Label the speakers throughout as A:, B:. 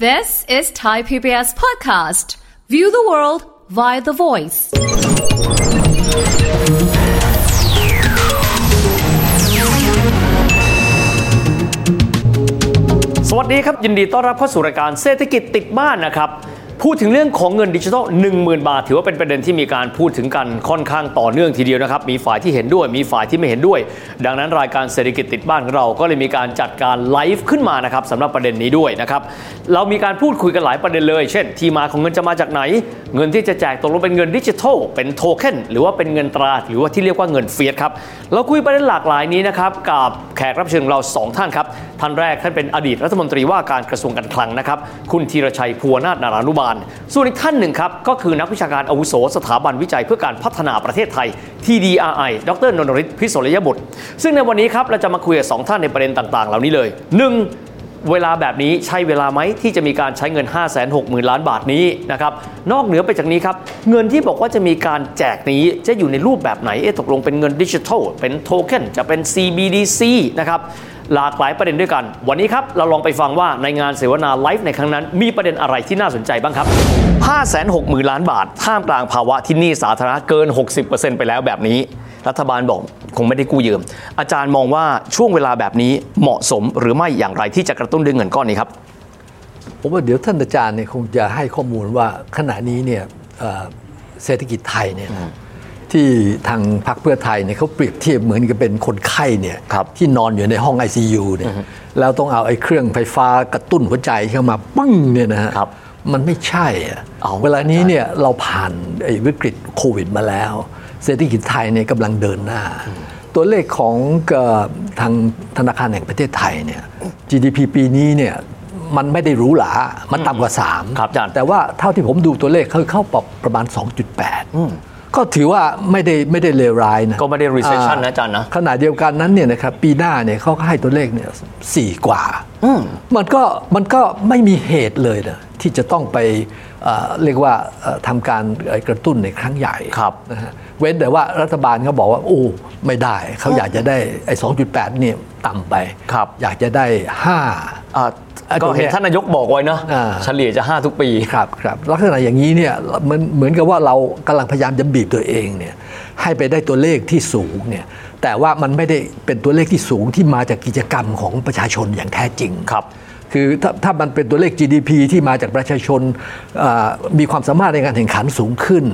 A: This is Thai PBS podcast. View the world via the voice.
B: สวัสดีครับยินดีต้อนรับเข้าสู่รายการเศรษฐกิจติดบ้านนะครับพูดถึงเรื่องของเงินดิจิทัล10,000 บาท ถือว่าเป็นประเด็นที่มีการพูดถึงกันค่อนข้างต่อเนื่องทีเดียวนะครับมีฝ่ายที่เห็นด้วยมีฝ่ายที่ไม่เห็นด้วย ดังนั้นรายการเศรษฐกิจติดบ้านของเราก็เลยมีการจัดการไลฟ์ขึ้นมานะครับสำหรับประเด็นนี้ด้วยนะครับเรามีการพูดคุยกันหลายประเด็นเลย เช่น ที่มาของเงินจะมาจากไหน เงินที่จะแจกตกลงเป็นเงินดิจิทัลเป็นโทเค็นหรือว่าเป็นเงินตราหรือว่าที่เรียกว่าเงินเฟียสครับเราคุยประเด็นหลากหลายนี้นะครับกับแขกรับเชิญของเราสองท่านครับท่านแรกท่านเป็นอดีตรัฐมนตรีว่าการกระทรวงการคลังนะครับคุณธีรชัยพัวนาถนารานุบาล ส่วนอีกท่านหนึ่งครับก็คือนักวิชาการอาวุโสสถาบันวิจัยเพื่อการพัฒนาประเทศไทย TDRI ดรนนทริศพิศลยบุตร ซึ่งในวันนี้ครับเราจะมาคุยกับสองท่านในประเด็นต่างๆ เหล่านี้เลยหนึ่ง เวลาแบบนี้ใช่เวลาไหมที่จะมีการใช้เงิน 5 6 0 0 0 0 ล้านบาทนี้นะครับนอกเหนือไปจากนี้ครับ เงินที่บอกว่าจะมีการแจกนี้จะอยู่ในรูปแบบไหนเอ๊ะตกลงเป็นเงินดิจิทัล เป็นโทเค็นจะเป็น CBDC นะครับหลากหลายประเด็นด้วยกัน วันนี้ครับเราลองไปฟังว่าในงานเสวนาไลฟ์ในครั้งนั้น มีประเด็นอะไรที่น่าสนใจบ้างครับ 5 6 0 0 0 0 ล้านบาท ท่ามกลางภาวะที่หนี้สาธารณะเกิน 60%ไปแล้วแบบนี้ รัฐบาลบอกคงไม่ได้กู้ยืม อาจารย์มองว่าช่วงเวลาแบบนี้เหมาะสมหรือไม่อย่างไรที่จะกระตุ้นด้วยเงินก้อนนี้ครับ
C: ผมว่าเดี๋ยวท่านอาจารย์เนี่ยคงจะให้ข้อมูลว่าขณะนี้เนี่ยเอ่อเศรษฐกิจไทยเนี่ยนะที่ทางพรรคเพื่อไทยเนี่ยเขาเปรียบเทียบเหมือนกับเป็นคนไข้เนี่ย
B: ครับ
C: ที่นอนอยู่ในห้อง ICU เนี่ยแล้วต้องเอาไอ้เครื่องไฟฟ้ากระตุ้นหัวใจเข้ามาปึ้งเนี่ยนะฮะ
B: ครับ
C: มันไม่ใช่อะ
B: เอา
C: เวลานี้เนี่ยเราผ่านไอ้วิกฤตโควิดมาแล้ว เศรษฐกิจไทยเนี่ยกำลังเดินหน้า ตัวเลขของเอ่อทางธนาคารแห่งประเทศไทยเนี่ย GDP ปีนี้เนี่ยมันไม่ได้หรูหรา มันต่ำกว่า 3
B: ครับอาจารย์
C: แต่ว่าเท่าที่ผมดูตัวเลขคือเข้าปรับประมาณ 2.8 ก็ถือว่าไม่ได้ไม่ได้เลวร้ายนะ
B: ก็ไม่ได้ recession นะอาจารย์นะ
C: ขณะเดียวกันนั้นเนี่ยนะครับปีหน้าเนี่ยเขาก็ให้ตัวเลขเนี่ยสี่กว่า มันก็มันก็ไม่มีเหตุเลยนะที่จะต้องไปเอ่อเรียกว่าเอ่อทำการเอ่อกระตุ้นในครั้งใหญ่
B: ครับ
C: นะฮะเว้นแต่ว่ารัฐบาลเขาบอกว่า โอ้ไม่ได้ เขาอยากจะได้ไอ้2.8เนี่ยต่ำไป
B: ครับ
C: อยากจะได้ 5
B: อ่า
C: อ่ะ
B: ก็เห็น
C: ตรงเนี้ย
B: ท่านนายกบอกไว้เนอะ
C: อ่า
B: เฉลี่ยจะ 5 ทุกปี
C: ครับครับลักษณะอย่างนี้เนี่ยมันเหมือนกับว่าเรากำลังพยายามจะบีบตัวเองเนี่ยให้ไปได้ตัวเลขที่สูงเนี่ยแต่ว่ามันไม่ได้เป็นตัวเลขที่สูงที่มาจากกิจกรรมของประชาชนอย่างแท้จริง
B: ครับ
C: คือถ้าถ้ามันเป็นตัวเลข GDP ที่มาจากประชาชนอ่ามีความสามารถในการแข่งขันสูงขึ้น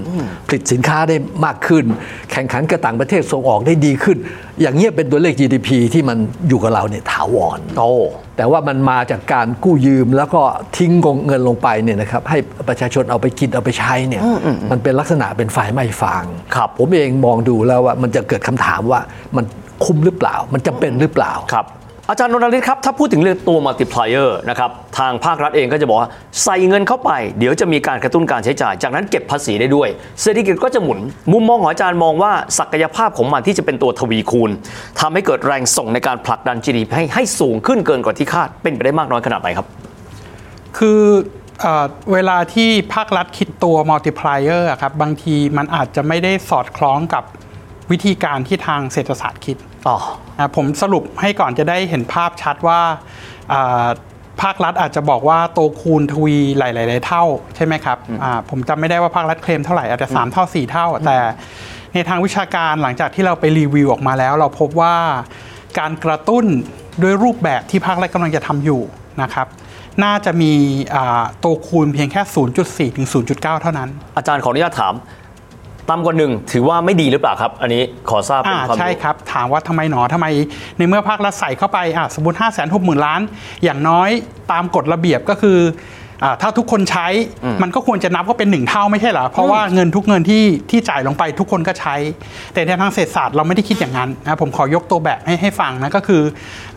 C: ผลิตสินค้าได้มากขึ้น แข่งขันกับต่างประเทศส่งออกได้ดีขึ้น อย่างเงี้ยเป็นตัวเลข GDP ที่มันอยู่กับเราเนี่ยถาวร
B: โอ้
C: แต่ว่ามันมาจากการกู้ยืมแล้วก็ทิ้งเงินลงไปเนี่ยนะครับให้ประชาชนเอาไปกินเอาไปใช้เนี่ยมันเป็นลักษณะเป็นไฟไหม้ฟาง
B: ครับ
C: ผมเองมองดูแล้วว่ามันจะเกิดคำถามว่ามันคุ้มหรือเปล่า มันจำเป็นหรือเปล่า
B: ครับอาจารย์นนทฤทธิ์ครับ ถ้าพูดถึงเรื่องตัวมัลติพลายเออร์นะครับทางภาครัฐเองก็จะบอกว่าใส่เงินเข้าไป เดี๋ยวจะมีการกระตุ้นการใช้จ่าย จากนั้นเก็บภาษีได้ด้วย เศรษฐกิจก็จะหมุน มุมมองของอาจารย์มองว่าศักยภาพของมันที่จะเป็นตัวทวีคูณทำให้เกิดแรงส่งในการผลักดัน GDP ให้ให้สูงขึ้นเกินกว่าที่คาดเป็นไปได้มากน้อยขนาดไหนครับ
D: คือเอ่อเวลาที่ภาครัฐคิดตัวมัลติพลายเออร์ครับบางทีมันอาจจะไม่ได้สอดคล้องกับวิธีการที่ทางเศรษฐศาสตร์คิด
B: อ๋อ
D: อ่ะผมสรุปให้ก่อนจะได้เห็นภาพชัดว่าอ่าภาครัฐอาจจะบอกว่าโตคูณทวีหลายๆเท่าใช่ไหมครับอ่าผมจำไม่ได้ว่าภาครัฐเคลมเท่าไหร่อาจจะ3เท่า 4 เท่า แต่ในทางวิชาการหลังจากที่เราไปรีวิวออกมาแล้ว เราพบว่าการกระตุ้นด้วยรูปแบบที่ภาครัฐกำลังจะทำอยู่นะครับ น่าจะมีอ่าโตคูณเพียงแค่ 0.4 ถึง 0.9 เท่านั้น
B: อาจารย์ขออนุญาตถามต่ำกว่าหนึ่งถือว่าไม่ดีหรือเปล่าครับ อันนี้ขอทราบเป็
D: อ่าน
B: ความ
D: ใช่
B: รู้
D: ครับ ถามว่าทำไมหนอทำไม ในเมื่อภาครัฐใส่เข้าไปอ่ะสมมติ 5 6 0 0 0 0 ล้าน อย่างน้อยตามกฎระเบียบก็คืออ่าถ้าทุกคนใช้มันก็ควรจะนับว่าเป็นหนึ่งเท่าไม่ใช่เหรอ เพราะว่าเงินทุกเงินที่ที่จ่ายลงไปทุกคนก็ใช้ แต่ในทางเศรษฐศาสตร์เราไม่ได้คิดอย่างนั้นนะผมขอยกตัวแบบให้ให้ฟังนะก็คือ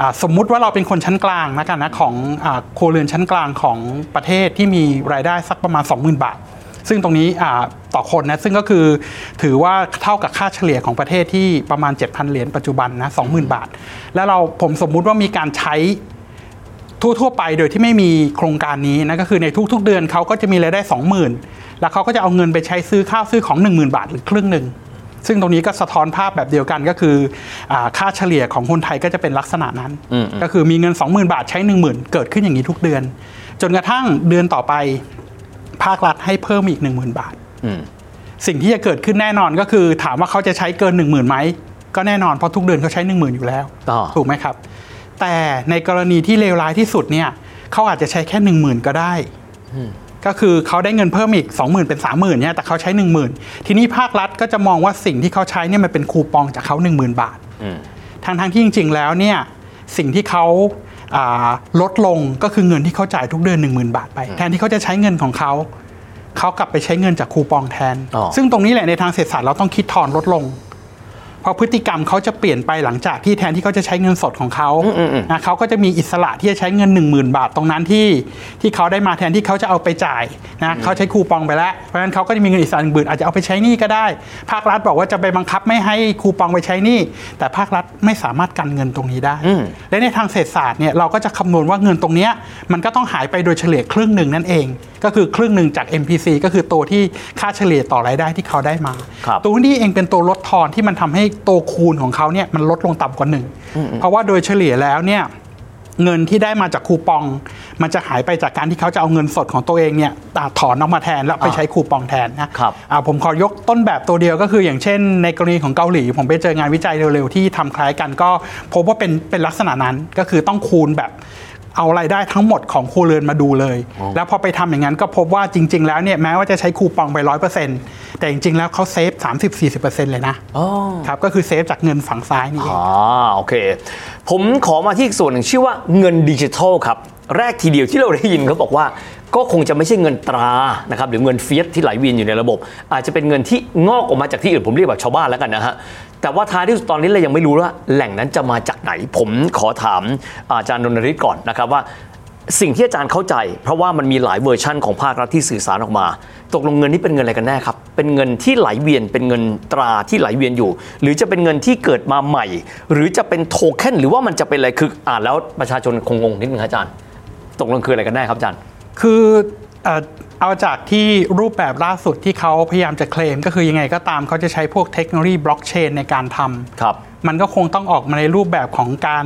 D: อาสมมุติว่าเราเป็นคนชั้นกลางนะกันนะของอาครัวเรือนชั้นกลางของประเทศที่มีรายได้สักประมาณ 20,000 บาท ซึ่งตรงนี้อ่าต่อคนนะซึ่งก็คือถือว่าเท่ากับค่าเฉลี่ยของประเทศที่ประมาณ 7,000 เหรียญปัจจุบันนะ20,000 บาท แล้วเราผมสมมุติว่ามีการใช้ ทั่วๆไปโดยที่ไม่มีโครงการนี้นะก็คือในทุกๆเดือนเขาก็จะมีรายได้ 20,000 แล้วเขาก็จะเอาเงินไปใช้ซื้อข้าวซื้อของ 10,000 บาทหรือครึ่งหนึ่ง ซึ่งตรงนี้ก็สะท้อนภาพแบบเดียวกันก็คืออาค่าเฉลี่ยของคนไทยก็จะเป็นลักษณะนั้น ก็คือมีเงิน 20,000 บาทใช้ 10,000 เกิดขึ้นอย่างนี้ทุกเดือน จนกระทั่งเดือนต่อไป ภาครัฐให้เพิ่มอีก 1 0,000 บาท
B: อืม
D: สิ่งที่จะเกิดขึ้นแน่นอนก็คือถามว่าเขาจะใช้เกิน 1 0,000ไหมก็แน่นอนเพราะทุกเดือนเขาใช้ 1 0,000 อยู่แล้ว
B: อ่า
D: ถูกไหมครับ แต่ในกรณีที่เลวร้ายที่สุดเนี่ยเขาอาจจะใช้แค่ 1 0,000 ก็ได้ ก็คือเขาได้เงินเพิ่มอีก 20,000 เป็น 30,000เนี่ยแต่เขาใช้ 10,000 ทีนี้ภาครัฐก็จะมองว่าสิ่งที่เขาใช้เนี่ยมันเป็นคูปองจากเขา 10,000 บาท
B: อืม
D: ทางทางๆที่จริงๆแล้วเนี่ยสิ่งที่เขาอ่าลดลงก็คือเงินที่เขาจ่ายทุกเดือน 1 0,000 บาทไป แทนที่เขาจะใช้เงินของเขา เขากลับไปใช้เงินจากคูปองแทน
B: อ๋อ
D: ซึ่งตรงนี้แหละในทางเศรษฐศาสตร์เราต้องคิดทอนลดลง เพราะพฤติกรรมเขาจะเปลี่ยนไปหลังจากที่แทนที่เขาจะใช้เงินสดของเขานะเขาก็จะมีอิสระที่จะใช้เงิน 1 0,000 บาทตรงนั้นที่ที่เขาได้มาแทนที่เขาจะเอาไปจ่ายนะเขาใช้คูปองไปแล้ว เพราะฉะนั้นเขาก็จะมีเงินอิสระหนึ่งหมื่นอาจจะเอาไปใช้หนี้ก็ได้ ภาครัฐบอกว่าจะไปบังคับไม่ให้คูปองไปใช้หนี้แต่ภาครัฐไม่สามารถกันเงินตรงนี้ได้ และในทางเศรษฐศาสตร์เนี่ยเราก็จะคำนวณว่าเงินตรงเนี้ยมันก็ต้องหายไปโดยเฉลี่ยครึ่งหนึ่งนั่นเอง ก็คือครึ่งหนึ่งจาก MPC ก็คือตัวที่ค่าเฉลี่ยต่อรายได้ที่เขาได้มา
B: ครับ
D: ตัวนี้เองเป็นตัวลดทอนที่มันทำให้ตัวคูณของเขาเนี่ยมันลดลงต่ำกว่าหนึ่งเพราะว่าโดยเฉลี่ยแล้วเนี่ยเงินที่ได้มาจากคูปอง มันจะหายไปจากการที่เขาจะเอาเงินสดของตัวเองเนี่ยอ่าถอนออกมาแทนแล้วไปใช้คูปองแทนนะครับ อ่าผมขอยกต้นแบบตัวเดียวก็คืออย่างเช่น ในกรณีของเกาหลี ผมไปเจองานวิจัยเร็วๆที่ทำคล้ายกันก็พบว่าเป็นเป็นลักษณะนั้นก็คือต้องคูณแบบเอารายได้ทั้งหมดของครัวเรือนมาดูเลย แล้วพอไปทำอย่างนั้นก็พบว่าจริง ๆ แล้วเนี่ยแม้ว่าจะใช้คูปองไปร้อยเปอร์เซ็นต์แต่จริงๆแล้วเขาเซฟ30-40%เลยนะ
B: อ๋อ
D: ครับก็คือเซฟจากเงินฝั่งซ้ายนี่เอง
B: อ่าโอเค ผมขอมาที่อีกส่วนหนึ่งชื่อว่าเงินดิจิทัลครับ แรกทีเดียวที่เราได้ยินเขาบอกว่า ก็คงจะไม่ใช่เงินตรานะครับหรือเงินเฟียสที่ไหลเวียนอยู่ในระบบ อาจจะเป็นเงินที่งอกออกมาจากที่อื่นผมเรียกแบบชาวบ้านแล้วกันนะฮะแต่ว่าท้ายที่สุดตอนนี้เรายังไม่รู้ว่าแหล่งนั้นจะมาจากไหน ผมขอถามอาจารย์นนทริศก่อนนะครับว่า สิ่งที่อาจารย์เข้าใจ เพราะว่ามันมีหลายเวอร์ชั่นของภาครัฐที่สื่อสารออกมา ตกลงเงินนี้เป็นเงินอะไรกันแน่ครับ เป็นเงินที่ไหลเวียนเป็นเงินตราที่ไหลเวียนอยู่ หรือจะเป็นเงินที่เกิดมาใหม่ หรือจะเป็นโทเค็นหรือว่ามันจะเป็นอะไรคืออ่านแล้วประชาชนคงงงนิดนึงครับอาจารย์ ตกลงคืออะไรกันแน่ครับอาจารย์
D: คือเอ่อเอาจากที่รูปแบบล่าสุดที่เขาพยายามจะเคลม ก็คือยังไงก็ตามเขาจะใช้พวกเทคโนโลยีบล็อกเชนในการทำ
B: ครับ
D: มันก็คงต้องออกมาในรูปแบบของการ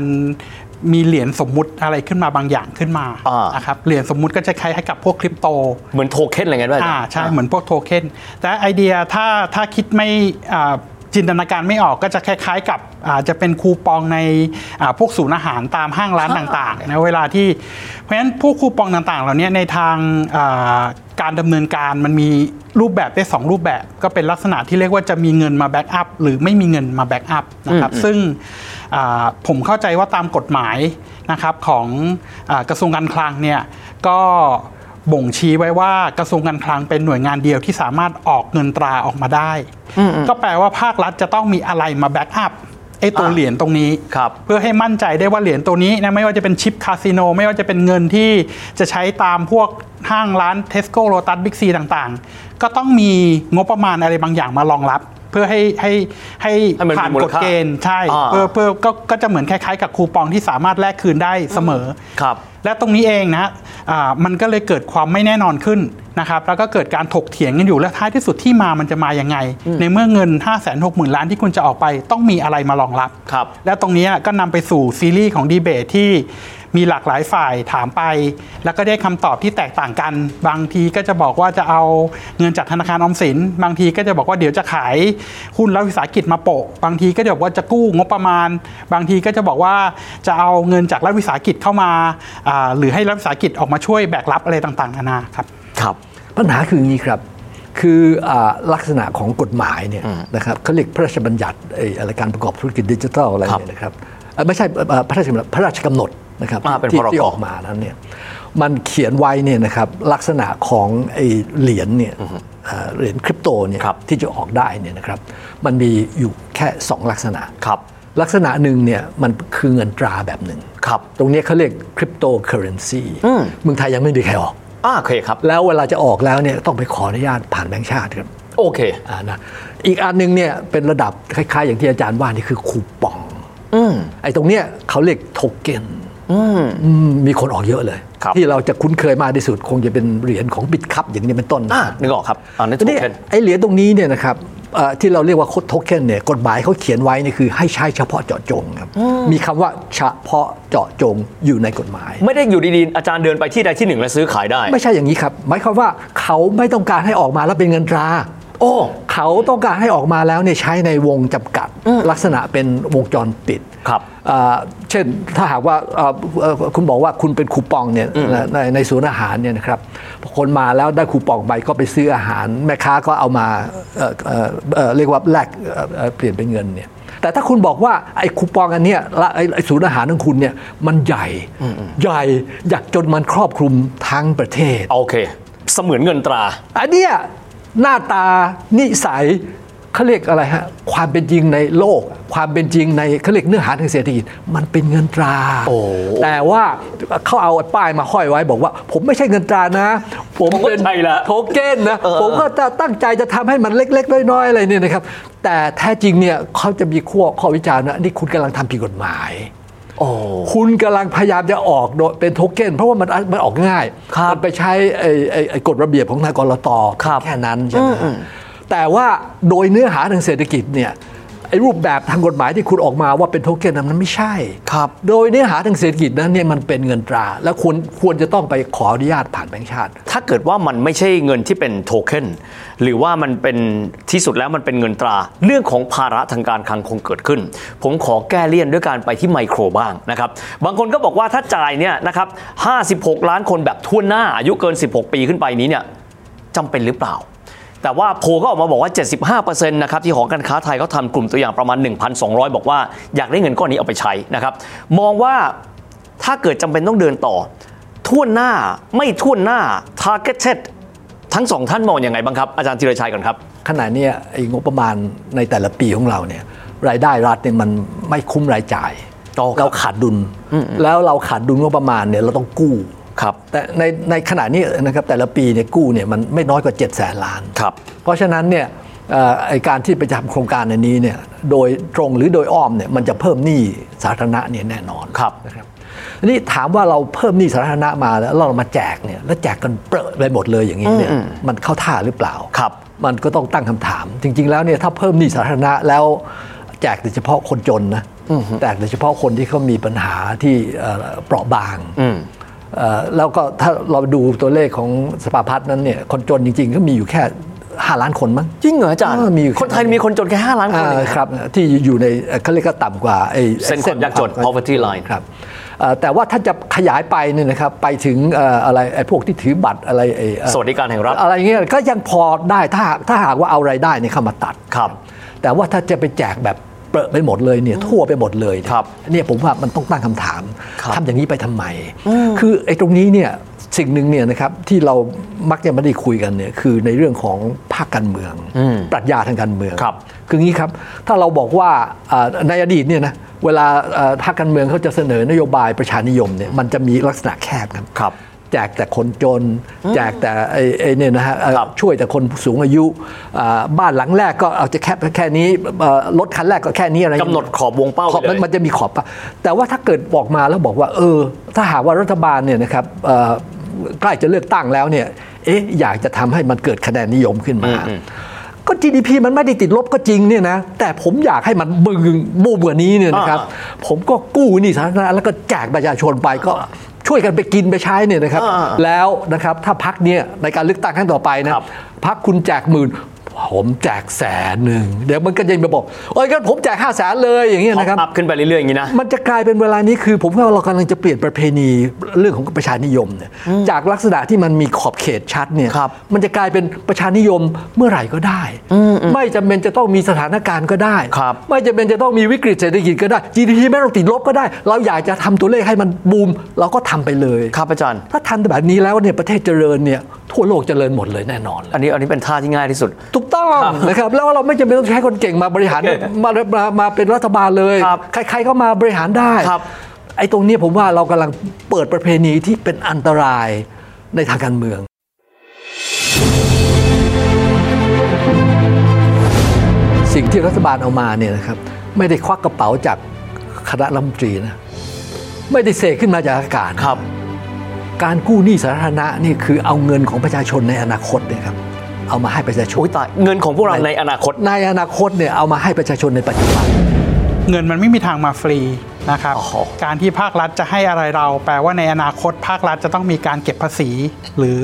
D: มีเหรียญสมมุติอะไรขึ้นมาบางอย่างขึ้นมา
B: อ่าน
D: ครับเหรียญสมมุติก็จะคล้ายๆกับพวกคริปโต
B: เหมือนโทเค็นอะไรเงี้ยด้วยอาจารย์
D: ใช่ เหมือนพวกโทเค็น แต่ไอเดียถ้าถ้าคิดไม่อ่าจินตนาการไม่ออกก็จะคล้ายๆกับอาจจะเป็นคูปองในอ่าพวกศูนย์อาหารตามห้างร้านต่างๆนะเวลาที่เพราะฉะนั้นพวกคูปองต่างๆ เหล่านี้ในทางอ่าการดำเนินการมันมีรูปแบบได้สองรูปแบบ ก็เป็นลักษณะที่เรียกว่าจะมีเงินมาแบ็กอัพหรือไม่มีเงินมาแบ็กอัพนะครับซึ่งอ่าผมเข้าใจว่าตามกฎหมายนะครับของอากระทรวงการคลังเนี่ยก็ บ่งชี้ไว้ว่ากระทรวงการคลังเป็นหน่วยงานเดียวที่สามารถออกเงินตราออกมาได้ ก็แปลว่าภาครัฐจะต้องมีอะไรมาแบ็กอัพไอ้ตัว
B: อ่า
D: เหรียญตรงนี้
B: ครับ
D: เพื่อให้มั่นใจได้ว่าเหรียญตัวนี้นะไม่ว่าจะเป็นชิปคาสิโน ไม่ว่าจะเป็นเงินที่จะใช้ตามพวกห้างร้านเทสโก้โ t ตัสบิ๊กซีต่างๆ ก็ต้องมีงบประมาณอะไรบางอย่างมารองรับ เพื่อให้ให้ให้
B: ให้มันมี
D: ผ่าน
B: มูล
D: กฎ
B: ค่า
D: เกณฑ์ใช่
B: อ่า
D: เพื่อเพื่อก็ก็จะเหมือนคล้ายๆ กับคูปองที่สามารถแลกคืนได้เสมอ
B: ครับ
D: และตรงนี้เองนะอ่ามันก็เลยเกิดความไม่แน่นอนขึ้นนะครับ แล้วก็เกิดการถกเถียงกันอยู่ และท้ายที่สุดที่มามันจะมาอย่างไง ในเมื่อเงิน 5 6 0 0 0 0 ล้านที่คุณจะออกไป ต้องมีอะไรมารองรับ
B: ครับ
D: และตรงนี้ก็นำไปสู่ซีรีส์ของดีเบตที่มีหลากหลายฝ่ายถามไป แล้วก็ได้คำตอบที่แตกต่างกัน บางทีก็จะบอกว่าจะเอาเงินจากธนาคารออมสิน บางทีก็จะบอกว่าเดี๋ยวจะขายหุ้นรัฐวิสาหกิจมาโปะ บางทีก็จะบอกว่าจะกู้งบประมาณ บางทีก็จะบอกว่าจะเอาเงินจากรัฐวิสาหกิจเข้ามาอ่าหรือให้รัฐวิสาหกิจออกมาช่วยแบกรับอะไรต่างๆนานาครับ
B: ครับ
C: ปัญหาคืออย่างนี้ครับ คืออาลักษณะของกฎหมายเนี่ยนะครับเขาเรียกพระราชบัญญัติไอ้อะไรการประกอบธุรกิจดิจิทัลอะไรเนี่ยนะครับเอ่อไม่ใช่เอ่อพระราชบัญญัติพระราชกำหนดนะครับ
B: อ่าเป็น
C: ที่
B: พรก
C: ที่ออกมานั้นเนี่ยมันเขียนไว้เนี่ยนะครับลักษณะของไอ้เหรียญเนี่ยเอ่อเหรียญคริปโตเนี่ย
B: ครับ
C: ที่จะออกได้เนี่ยนะครับมันมีอยู่แค่สองลักษณะ
B: ครับ
C: ลักษณะหนึ่งเนี่ยมันคือเงินตราแบบหนึ่ง
B: ครับ
C: ตรงเนี้ยเขาเรียกคริปโตเคอเรนซี
B: อืม
C: เมืองไทยยังไม่มีใครออก
B: อ่าโอเคครับ
C: แล้วเวลาจะออกแล้วเนี่ยต้องไปขออนุญาตผ่านแบงค์ชาติครับ
B: โอเค
C: อ่านะอีกอันหนึงเนี่ยเป็นระดับคล้าย ๆ อย่างที่อาจารย์ว่านี่คือคูปอง
B: อืม
C: ไอ้ตรงเนี้ยเขาเรียกโทเก้น
B: อืม
C: อืมมีคนออกเยอะเลย
B: ครับ
C: ที่เราจะคุ้นเคยมากที่สุดคงจะเป็นเหรียญของบิตคัพอย่างนี้เป็นต้น
B: อ่า
C: นะ
B: นึกออกครับอ่าในโท
C: ทีนี้
B: เค็น
C: ไอ้เหรียญตรงนี้เนี่ยนะครับ เอ่อที่เราเรียกว่าโคดโทเค็นเนี่ยกฎหมายเขาเขียนไว้นี่คือให้ใช้เฉพาะเจาะจงครับมีคำว่าเฉพาะเจาะจงอยู่ในกฎหมาย
B: ไม่ได้อยู่ดีๆอาจารย์เดินไปที่ใดที่หนึ่งแล้วซื้อขายได้
C: ไม่ใช่อย่างนี้ครับ หมายความว่าเขาไม่ต้องการให้ออกมาแล้วเป็นเงินตรา
B: โอ้
C: เขาต้องการให้ออกมาแล้วเนี่ยใช้ในวงจำกัด ลักษณะเป็นวงจรปิด
B: ครับ
C: อ่าเช่นถ้าหากว่าเอ่อเอ่อคุณบอกว่าคุณเป็นคูปองเนี่ยนะในในศูนย์อาหารเนี่ยนะครับพอคนมาแล้วได้คูปองไปก็ไปซื้ออาหาร แม่ค้าก็เอามาเอ่อเอ่อเอ่อเรียกว่าแลกเอ่อเอ่อเปลี่ยนเป็นเงินเนี่ยแต่ถ้าคุณบอกว่าไอ้คูปองอันเนี้ยและไอ้ไอ้ศูนย์อาหารของคุณเนี่ยมันใหญ่ใหญ่อยากจนมันครอบคลุมทั้งประเทศ
B: โอเค เสมือนเงินตรา
C: อันเนี้ยหน้าตานิสัยเขาเรียกอะไรฮะความเป็นจริงในโลก ความเป็นจริงในเขาเรียกเนื้อหาทางเศรษฐกิจมันเป็นเงินตรา
B: โอ้
C: แต่ว่าเขาเอาป้ายมาห้อยไว้บอกว่า ผมไม่ใช่เงินตรานะ ผม
B: ผมก็
C: เป็น
B: ใช่ละ
C: โทเก้นนะผมก็จะตั้งใจจะทำให้มันเล็ก ๆ น้อยๆอะไรเนี่ยนะครับ แต่แท้จริงเนี่ยเขาจะมีข้อข้อวิจารณ์นะนี่คุณกำลังทำผิดกฎหมาย
B: โอ้
C: คุณกำลังพยายามจะออกโดยเป็นโทเก้นเพราะว่ามันมันออกง่าย
B: ครับ
C: มันไปใช้ไอ้ไอ้ไอ้กฎระเบียบของทางกรต
B: ครับ
C: แค่นั้นใช่ไหมฮะแต่ว่าโดยเนื้อหาทางเศรษฐกิจเนี่ยไอ้รูปแบบทางกฎหมายที่คุณออกมาว่าเป็นโทเก้นนั้นมันไม่ใช่
B: ครับ
C: โดยเนื้อหาทางเศรษฐกิจนั้นเนี่ยมันเป็นเงินตรา และควรควรจะต้องไปขออนุญาตผ่านแบงก์ชาติ
B: ถ้าเกิดว่ามันไม่ใช่เงินที่เป็นโทเค็นหรือว่ามันเป็นที่สุดแล้วมันเป็นเงินตรา เรื่องของภาระทางการคลังคงเกิดขึ้น ผมขอแก้เลี่ยนด้วยการไปที่ไมโครบ้างนะครับ บางคนก็บอกว่าถ้าจ่ายเนี่ยนะครับ56 ล้านคนแบบทั่วหน้า อายุเกิน 16 ปีขึ้นไปนี้เนี่ยจำเป็นหรือเปล่า แต่ว่าโพลก็ออกมาบอกว่า 75%นะครับที่หอการค้าไทยเขาทำกลุ่มตัวอย่างประมาณ 1,200 บอกว่าอยากได้เงินก้อนนี้เอาไปใช้นะครับ มองว่าถ้าเกิดจำเป็นต้องเดินต่อท่วนหน้าไม่ท่วนหน้า targeted ทั้งสองท่านมองยังไงบ้างครับ อาจารย์ธีรชัยก่อนครับ
C: ขณะเนี้ยไอ้งบประมาณในแต่ละปีของเราเนี่ยรายได้รัฐเนี่ยมันไม่คุ้มรายจ่าย
B: อ๋อครับ
C: เราขาดดุล แล้วเราขาดดุลงบประมาณเนี่ยเราต้องกู้
B: ครับ
C: แต่ในในขณะนี้นะครับแต่ละปีเนี่ยกู้เนี่ยมันไม่น้อยกว่า 7 0 0แสนล้าน
B: ครับ
C: เพราะฉะนั้นเนี่ยเอ่อไอการที่ไปทำโครงการในนี้เนี่ยโดยตรงหรือโดยอ้อมเนี่ยมันจะเพิ่มหนี้สาธารณะเนี่ยแน่นอน
B: ครับ
C: นะครับทีนี่ถามว่าเราเพิ่มหนี้สาธารณะมาแล้วเรามาแจกเนี่ยแล้วแจกกันเปรอะไปหมดเลยอย่างนี้เนี่ยมันเข้าท่าหรือเปล่า
B: ครับ
C: มันก็ต้องตั้งคำถาม จริง ๆ แล้วเนี่ยถ้าเพิ่มหนี้สาธารณะแล้วแจกโดยเฉพาะคนจนนะแจกโดยเฉพาะคนที่เขามีปัญหาที่เอ่อเปราะบางเอ่อแล้วก็ถ้าเราดูตัวเลขของสภาพัฒน์นั้นเนี่ยคนจนจริง ๆ ก็มีอยู่แค่ 5 ล้านคนมั้ง
B: จริงเหรออาจารย์
C: เออมีอยู่
B: คนไทยมีคนจนแค่ 5 ล้านคนเอง
C: อ่าครับที่อยู่ในเอ่อเขาเรียกก็ต่ำกว่าไอ้
B: เส้นความยากจน poverty line
C: ครับเอ่อแต่ว่าถ้าจะขยายไปเนี่ยนะครับไปถึงเอ่ออะไรไอ้พวกที่ถือบัตรอะไรไอ้เอ่อ
B: สวัสดิการแห่งรัฐ
C: อะไรเงี้ยก็ยังพอได้ถ้าหากถ้าหากว่าเอารายได้เนี่ยเข้ามาตัด
B: ครับ
C: แต่ว่าถ้าจะไปแจกแบบเปรอะไปหมดเลยเนี่ยทั่วไปหมดเลยเนี่ย
B: ครับ
C: เนี่ยผมว่ามันต้องตั้งคำถาม
B: ครับ
C: ทำอย่างนี้ไปทำไม คือไอ้ตรงนี้เนี่ยสิ่งหนึ่งเนี่ยนะครับที่เรามักจะไม่ได้คุยกันเนี่ยคือในเรื่องของภาคการเมือง ปรัชญาทางการเมือง
B: ครับ
C: คืองี้ครับ ถ้าเราบอกว่าอ่าในอดีตเนี่ยนะเวลาอ่าภาคการเมืองเขาจะเสนอนโยบายประชานิยมเนี่ยมันจะมีลักษณะแคบครับ
B: ครับ
C: แจกแต่คนจน แจกแต่ไอ้ไอ้เนี่ยนะฮะเอ่อ
B: ครับ
C: ช่วยแต่คนสูงอายุอ่าบ้านหลังแรกก็เอาจะแค่แค่นี้เอ่อรถคันแรกก็แค่นี้อะไร
B: กำหนดขอบวงเป้าไป
C: ขอบ
B: เลย
C: มันจะมีขอบปะแต่ว่าถ้าเกิดบอกมาแล้วบอกว่า เออ ถ้าหากว่ารัฐบาลเนี่ยนะครับเอ่อใกล้จะเลือกตั้งแล้วเนี่ยเอ๊ะอยากจะทำให้มันเกิดคะแนนนิยมขึ้นมา ก็ GDP มันไม่ได้ติดลบก็จริงเนี่ยนะแต่ผมอยากให้มันบึงบูมกว่านี้เนี่ยนะครับ
B: อ่า
C: ผมก็กู้หนี่สาธารณะแล้วก็แจกประชาชนไปก็ช่วยกันไปกินไปใช้เนี่ยนะครับ
B: อ่า
C: แล้วนะครับถ้าพักเนี่ยในการเลือกตั้งครั้งต่อไปนะครับพักคุณแจกหมื่นผมแจกแสนหนึ่งเดี๋ยวมันก็ยังมาบอกโอ้ยกันผมแจกห้าแสนเลยอย่างเงี้ยนะครับ
B: อัพขึ้นไปเรื่อยๆอย่างนี้นะ
C: มันจะกลายเป็นเวลานี้คือ ผมว่าเรากำลังจะเปลี่ยนประเพณีเรื่องของประชานิยมเนี่ยจากลักษณะที่มันมีขอบเขตชัดเนี่ย
B: ครับ
C: มันจะกลายเป็นประชานิยมเมื่อไหร่ก็ได้ ไม่จำเป็นจะต้องมีสถานการณ์ก็ได้
B: ครับ
C: ไม่จำเป็นจะต้องมีวิกฤตเศรษฐกิจก็ได้ GDP ไม่ต้องติดลบก็ได้ เราอยากจะทำตัวเลขให้มันบูม เราก็ทำไปเลย
B: ครับอาจารย์
C: ถ้าทำแบบนี้แล้วเนี่ยประเทศเจริญเนี่ยทั่วโลกเจริญหมดเลยแน่นอน
B: อันนี้อันนี้เป็นท่าที่ง่ายที่สุด
C: ถูกต้องนะครับแล้วเราไม่จำเป็นต้องใช้คนเก่งมาบริหารมามามาเป็นรัฐบาลเลย
B: ครับ
C: ใครๆก็มาบริหารได้
B: ครับ
C: ไอ้ตรงเนี้ยผมว่าเรากำลังเปิดประเพณีที่เป็นอันตรายในทางการเมือง สิ่งที่รัฐบาลเอามาเนี่ยนะครับไม่ได้ควักกระเป๋าจากคณะรัฐมนตรีนะไม่ได้เสกขึ้นมาจากอากาศนะ การกู้หนี้สาธารณะนี่คือเอาเงินของประชาชนในอนาคตเนยครับ เอามาให้ประชาชน
B: โอ้ยตายเงินของพวกเราในอนาคต
C: ในอนาคตเนี่ยเอามาให้ประชาชนในปัจจุบัน
D: เงินมันไม่มีทางมาฟรีนะครับ
B: โอ้โห
D: การที่ภาครัฐจะให้อะไรเรา แปลว่าในอนาคตภาครัฐจะต้องมีการเก็บภาษี หรือ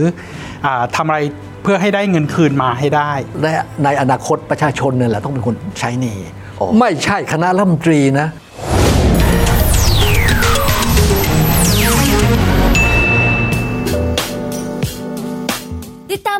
D: อาทำอะไรเพื่อให้ได้เงินคืนมาให้ได้
C: และในอนาคตประชาชนเนี่ยแหละต้องเป็นคนใช้หนี้
B: อ๋อ
C: ไม่ใช่คณะรัฐมนตรีนะ
E: ติดตาม